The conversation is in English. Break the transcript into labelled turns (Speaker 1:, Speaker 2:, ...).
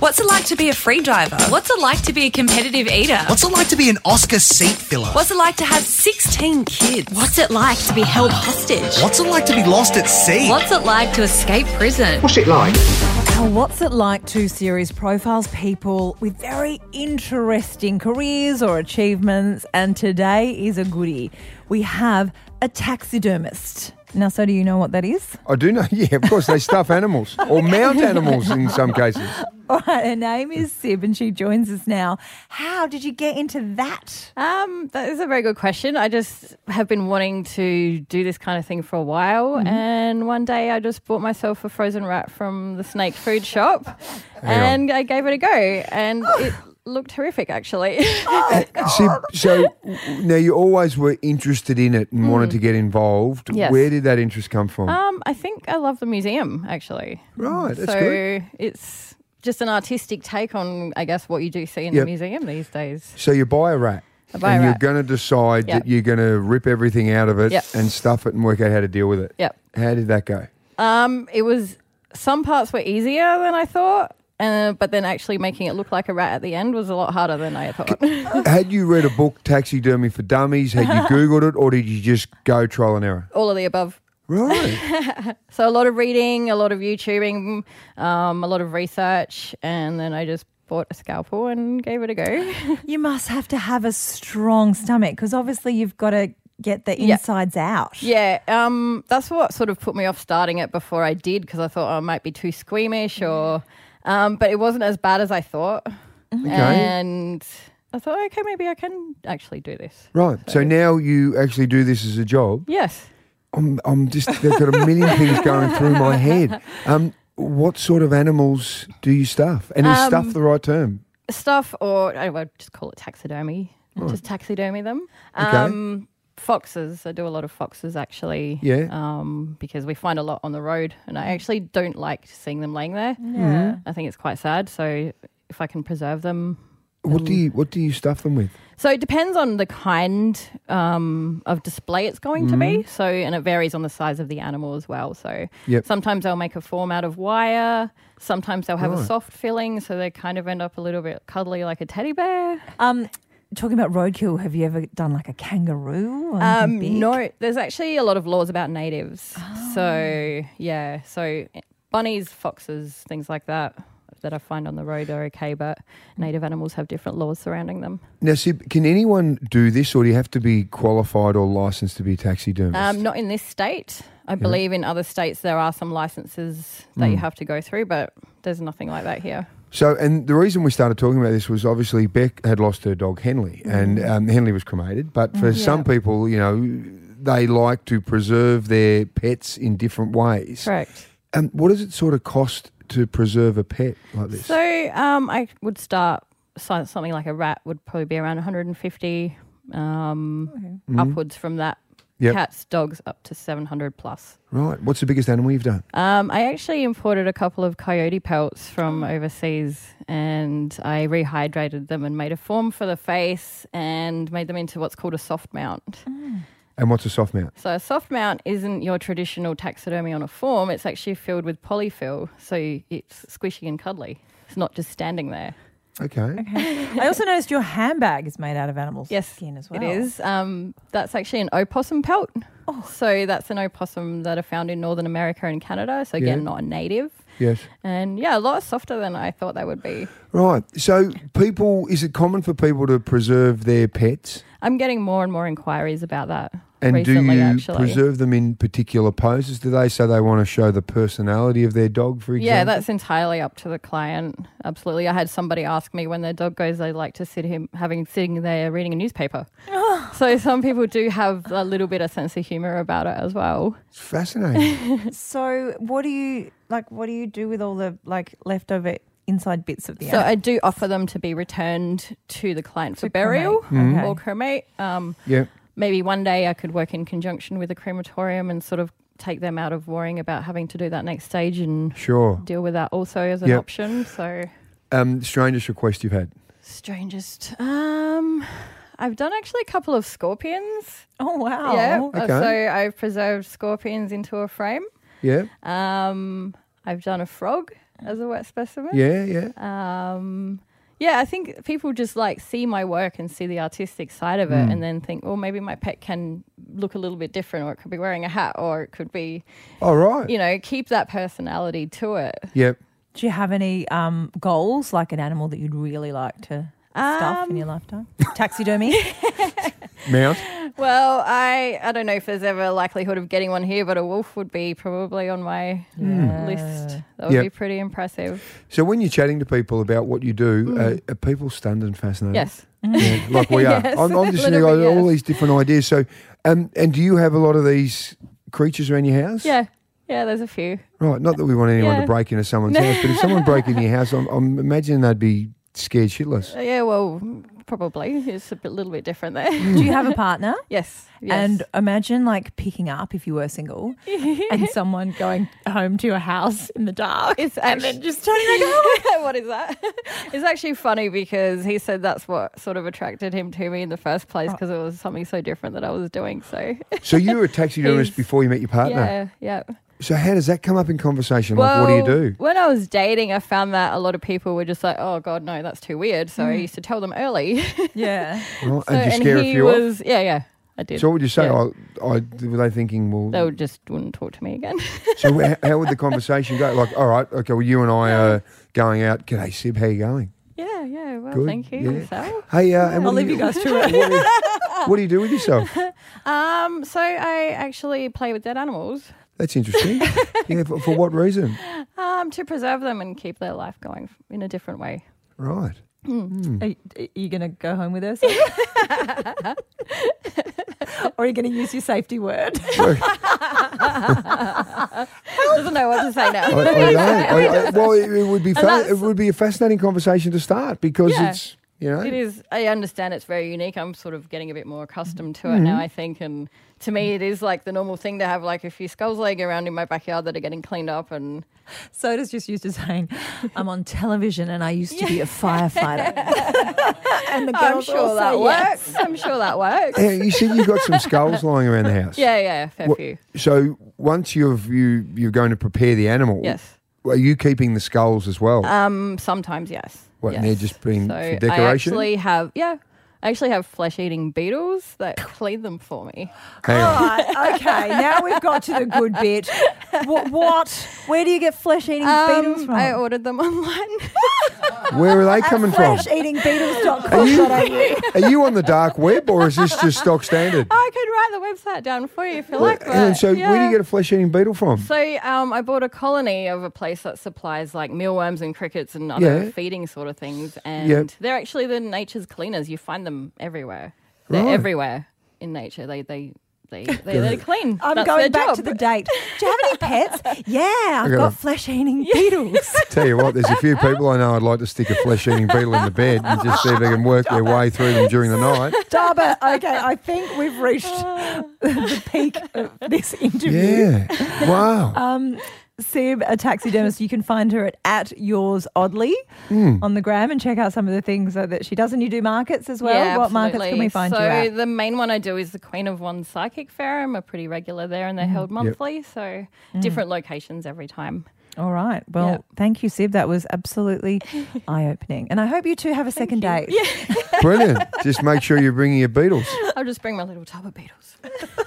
Speaker 1: What's it like to be a free diver? What's it like to be a competitive eater?
Speaker 2: What's it like to be an Oscar seat filler?
Speaker 1: What's it like to have 16 kids?
Speaker 3: What's it like to be held hostage?
Speaker 2: What's it like to be lost at sea?
Speaker 1: What's it like to escape prison?
Speaker 4: What's it like?
Speaker 5: Well, What's It Like 2 series profiles people with very interesting careers or achievements, and today is a goodie. We have a taxidermist. Now, so do you know what that is?
Speaker 6: I do know. Yeah, of course, they stuff animals or mount animals in some cases.
Speaker 5: All right, her name is Sib, and she joins us now. How did you get into that?
Speaker 7: Um, that is a very good question. I just have been wanting to do this kind of thing for a while,
Speaker 6: Mm-hmm.
Speaker 7: and one day I just bought myself a frozen rat from the snake food shop, and I gave it a go, and
Speaker 6: Oh.
Speaker 7: it looked horrific actually.
Speaker 6: See, so now you always were interested in it and wanted to get involved.
Speaker 7: Hmm. Yes.
Speaker 6: Where did that interest come from?
Speaker 7: um, I think I love the museum actually.
Speaker 6: Right, that's
Speaker 7: so
Speaker 6: good.
Speaker 7: it's just an artistic take on, I guess, what you do see in
Speaker 6: Yep.
Speaker 7: the museum these days.
Speaker 6: so you buy a rat.
Speaker 7: I buy a
Speaker 6: and
Speaker 7: rat.
Speaker 6: you're going to decide
Speaker 7: Yep.
Speaker 6: that you're going to rip everything out of it
Speaker 7: Yep.
Speaker 6: and stuff it and work out how to deal with it.
Speaker 7: Yep.
Speaker 6: How did that go?
Speaker 7: Um, it was some parts were easier than I thought, uh, but then actually making it look like a rat at the end was a lot harder than I thought.
Speaker 6: had you read a book, Taxidermy for Dummies? Had you Googled it or did you just go trial and error?
Speaker 7: All of the above.
Speaker 6: Right.
Speaker 7: So a lot of reading, a lot of YouTubing, um, a lot of research, and then I just bought a scalpel and gave it a go.
Speaker 5: You must have to have a strong stomach because obviously you've got to get the
Speaker 7: Yeah.
Speaker 5: insides out.
Speaker 7: yeah, um, that's what sort of put me off starting it before I did because I thought oh, I might be too squeamish or, um, but it wasn't as bad as I thought, and I thought okay maybe I can actually do this.
Speaker 6: right. So now you actually do this as a job.
Speaker 7: Yes.
Speaker 6: I'm, I'm just, they've got a million things going through my head. Um, what sort of animals do you stuff? And is
Speaker 7: Um,
Speaker 6: stuff the right term?
Speaker 7: stuff, or I would just call it taxidermy. Just taxidermy them.
Speaker 6: Hmm. Okay.
Speaker 7: Um, foxes. I do a lot of foxes actually.
Speaker 6: Yeah.
Speaker 7: Um, because we find a lot on the road, and I actually don't like seeing them laying there.
Speaker 5: Yeah.
Speaker 6: Mm-hmm.
Speaker 7: I think it's quite sad. So if I can preserve them.
Speaker 6: What do you What do you stuff them with?
Speaker 7: So it depends on the kind um, of display it's going to be. So and it varies on the size of the animal as well. So
Speaker 6: Mm-hmm. Yep.
Speaker 7: sometimes they'll make a form out of wire. Sometimes they'll have a
Speaker 6: Right.
Speaker 7: soft filling, so they kind of end up a little bit cuddly like a teddy bear.
Speaker 5: Um, talking about roadkill, have you ever done like a kangaroo? Or anything
Speaker 7: Um,
Speaker 5: big?
Speaker 7: no, there's actually a lot of laws about natives. So yeah, so eh, bunnies, foxes, things like that that I find on the road are okay, but native animals have different laws surrounding them.
Speaker 6: Now, Sib, can anyone do this, or do you have to be qualified or licensed to be a taxidermist?
Speaker 7: Um, not in this state. I believe in other states there are some licenses that you have to go through, but there's nothing like that here.
Speaker 6: So, and the reason we started talking about this was obviously Beck had lost her dog Henley,
Speaker 7: Mm.
Speaker 6: and um, Henley was cremated. But for some people, you know, they like to preserve their pets in different ways.
Speaker 7: Correct.
Speaker 6: And what does it sort of cost to preserve a pet like this?
Speaker 7: So um, I would start so- something like a rat would probably be around 150 um, upwards from that.
Speaker 6: Yep.
Speaker 7: Cats, dogs, up to 700 plus.
Speaker 6: right. What's the biggest animal you've done?
Speaker 7: Um, I actually imported a couple of coyote pelts from
Speaker 5: Oh.
Speaker 7: overseas and I rehydrated them and made a form for the face and made them into what's called a soft mount.
Speaker 5: Mm.
Speaker 6: And what's a soft mount?
Speaker 7: So, a soft mount isn't your traditional taxidermy on a form, it's actually filled with polyfill, so it's squishy and cuddly. It's not just standing there.
Speaker 6: Okay.
Speaker 5: I also noticed your handbag is made out of animals'
Speaker 7: Yes,
Speaker 5: skin as well. Oh.
Speaker 7: It is. Um, that's actually an opossum pelt. So, that's an opossum that are found in Northern America and Canada. So, again,
Speaker 6: Yeah.
Speaker 7: not a native.
Speaker 6: Yes.
Speaker 7: And yeah, a lot softer than I thought they would be.
Speaker 6: Right. So, people, is it common for people to preserve their pets?
Speaker 7: I'm getting more and more inquiries about that
Speaker 6: And do
Speaker 7: recently,
Speaker 6: you
Speaker 7: actually.
Speaker 6: preserve them in particular poses? Do they say they want to show the personality of their dog, for example?
Speaker 7: yeah, that's entirely up to the client. Absolutely. I had somebody ask me when their dog goes, they like to sit him having sitting there reading a newspaper. so some people do have a little bit of sense of humor about it as well.
Speaker 6: It's fascinating.
Speaker 5: So, what do you like? What do you do with all the like leftover inside bits of the
Speaker 7: So
Speaker 5: animal?
Speaker 7: I do offer them to be returned to the client for
Speaker 5: To
Speaker 7: burial
Speaker 6: Mm-hmm.
Speaker 5: cremate.
Speaker 7: or
Speaker 5: Okay.
Speaker 7: cremate. Um,
Speaker 6: Yeah.
Speaker 7: maybe one day I could work in conjunction with a crematorium and sort of take them out of worrying about having to do that next stage and
Speaker 6: Sure.
Speaker 7: deal with that also as an
Speaker 6: Yep.
Speaker 7: option. So
Speaker 6: Um, strangest request you've had.
Speaker 7: Strangest. Um, I've done actually a couple of scorpions.
Speaker 5: Oh wow!
Speaker 7: yeah. uh,
Speaker 6: Okay.
Speaker 7: So I've preserved scorpions into a frame.
Speaker 6: Yeah.
Speaker 7: Um, I've done a frog. as a wet specimen.
Speaker 6: Yeah, yeah.
Speaker 7: Um, yeah, I think people just like see my work and see the artistic side of it, and then think, well, maybe my pet can look a little bit different, or it could be wearing a hat, or it could be,
Speaker 6: All right.
Speaker 7: you know, keep that personality to it.
Speaker 6: Yep.
Speaker 5: Do you have any um, goals, like an animal that you'd really like to stuff in your
Speaker 7: Um,
Speaker 5: lifetime? Taxidermy?
Speaker 6: Mount.
Speaker 7: Well, I I don't know if there's ever a likelihood of getting one here, but a wolf would be probably on my list. That would
Speaker 6: Yep.
Speaker 7: be pretty impressive.
Speaker 6: So when you're chatting to people about what you do,
Speaker 7: Mm.
Speaker 6: uh, are people stunned and fascinated?
Speaker 7: Yes.
Speaker 6: Yeah, like we are.
Speaker 7: Yes,
Speaker 6: I'm, I'm just thinking
Speaker 7: literally,
Speaker 6: all
Speaker 7: yes.
Speaker 6: these different ideas. So, um, and do you have a lot of these creatures around your house?
Speaker 7: Yeah. Yeah, there's a few.
Speaker 6: Right. Not that we want anyone to
Speaker 7: Yeah.
Speaker 6: break into someone's house, but if someone broke into your house, I'm, I'm imagining they'd be scared shitless.
Speaker 7: Uh, Yeah, well, probably. It's a bit, little bit different there.
Speaker 5: Do you have a partner?
Speaker 7: yes. yes.
Speaker 5: And imagine like picking up if you were single and someone going home to your house in the dark
Speaker 7: It's
Speaker 5: and
Speaker 7: actu-
Speaker 5: then just turning like,
Speaker 7: what is that? it's actually funny because he said that's what sort of attracted him to me in the first place because it was something so different that I was doing. So,
Speaker 6: So you were a taxidermist
Speaker 7: He's-
Speaker 6: before you met your partner.
Speaker 7: yeah, yeah.
Speaker 6: So how does that come up in conversation? like, what do
Speaker 7: Well,
Speaker 6: you do?
Speaker 7: When I was dating, I found that a lot of people were just like, "Oh God, no, that's too weird." So I used to tell them early. so,
Speaker 5: Yeah.
Speaker 6: Right, and you scare a
Speaker 7: he
Speaker 6: few off.
Speaker 7: was, yeah, yeah, I did.
Speaker 6: So what would you say?
Speaker 7: Yeah.
Speaker 6: I, I, were they thinking, well,
Speaker 7: They would just wouldn't talk to me again.
Speaker 6: So h- how would the conversation go? Like, all right, okay, well, you and I are going out. G'day, Sib, how you going?
Speaker 7: yeah, yeah. Well,
Speaker 6: Good,
Speaker 7: thank you.
Speaker 6: yeah.
Speaker 7: Sal.
Speaker 6: Hey, uh, and
Speaker 5: I'll
Speaker 6: what do
Speaker 5: leave you guys to
Speaker 6: what,
Speaker 5: it.
Speaker 6: do you, what do you do with yourself?
Speaker 7: Um, so I actually play with dead animals
Speaker 6: That's interesting. yeah, for, for what reason?
Speaker 7: um, to preserve them and keep their life going in a different way.
Speaker 6: Right.
Speaker 7: Hmm.
Speaker 6: Hmm.
Speaker 5: Are you, are you going to go home with us? or are you going to use your safety word?
Speaker 7: Doesn't know what to say now.
Speaker 6: I, I know. I, I, well, it, it would be fa-
Speaker 7: that's-
Speaker 6: it would be a fascinating conversation to start because
Speaker 7: Yeah.
Speaker 6: it's you know
Speaker 7: It is. I understand it's very unique. I'm sort of getting a bit more accustomed to it now, I think. And to me, it is like the normal thing to have like a few skulls laying around in my backyard that are getting cleaned up. And
Speaker 5: Soda's just used to saying, I'm on television and I used to be a firefighter. and the
Speaker 7: I'm
Speaker 5: girls
Speaker 7: sure
Speaker 5: all
Speaker 7: that
Speaker 5: say yes.
Speaker 7: works. I'm sure that works.
Speaker 6: Yeah, you said you've got some skulls lying around the house.
Speaker 7: Yeah, yeah, fair
Speaker 6: What-
Speaker 7: few.
Speaker 6: so once you've you you're going to prepare the animal.
Speaker 7: Yes.
Speaker 6: Are you keeping the skulls as well?
Speaker 7: Um, sometimes yes.
Speaker 6: What,
Speaker 7: yes.
Speaker 6: and they're just being
Speaker 7: so
Speaker 6: for
Speaker 7: I
Speaker 6: decoration?
Speaker 7: actually have yeah. I actually have flesh-eating beetles that clean them for me.
Speaker 6: Hang on.
Speaker 5: Right, okay, now we've got to the good bit. What? what? Where do you get flesh eating beetles
Speaker 7: Um,
Speaker 5: from?
Speaker 7: I ordered them online.
Speaker 6: Where are they coming from? Are you, are you on the dark web or is this just stock standard?
Speaker 7: I could Oh, write the website down for you if you like.
Speaker 6: Hang on,
Speaker 7: but
Speaker 6: so where do you
Speaker 7: yeah.
Speaker 6: get a flesh eating beetle from?
Speaker 7: So um, I bought a colony of a place that supplies like mealworms and crickets and other
Speaker 6: Yeah.
Speaker 7: feeding sort of things, and
Speaker 6: Yep.
Speaker 7: they're actually the nature's cleaners. You find them everywhere. They're
Speaker 6: Right.
Speaker 7: everywhere in nature. They they they, they they're clean.
Speaker 5: I'm
Speaker 7: That's their
Speaker 5: going back
Speaker 7: job.
Speaker 5: to the date. Do you have any pets? Yeah, I've
Speaker 6: Okay.
Speaker 5: got flesh eating beetles.
Speaker 6: Tell you what, there's a few people I know I'd like to stick a flesh eating beetle in the bed and just see if they can work their way through them during the night.
Speaker 5: Stop it. Okay, I think we've reached the peak of this interview.
Speaker 6: Yeah. Wow.
Speaker 5: Um, Sib, a taxidermist, you can find her at, at yours oddly
Speaker 6: Hmm.
Speaker 5: on the gram and check out some of the things that that she does. And you do markets as well.
Speaker 7: Yeah,
Speaker 5: what markets can we
Speaker 7: absolutely.
Speaker 5: find
Speaker 7: so
Speaker 5: you at?
Speaker 7: the main one I do is the Queen of One Psychic Fair. I'm a pretty regular there, and they're
Speaker 5: Mm.
Speaker 7: held monthly, so different locations every time.
Speaker 5: All right. Well,
Speaker 7: Yeah.
Speaker 5: thank you, Sib. That was absolutely eye opening. And I hope you two have a second date.
Speaker 6: Brilliant. Just make sure you're bringing your beetles.
Speaker 7: I'll just bring my little tub of beetles.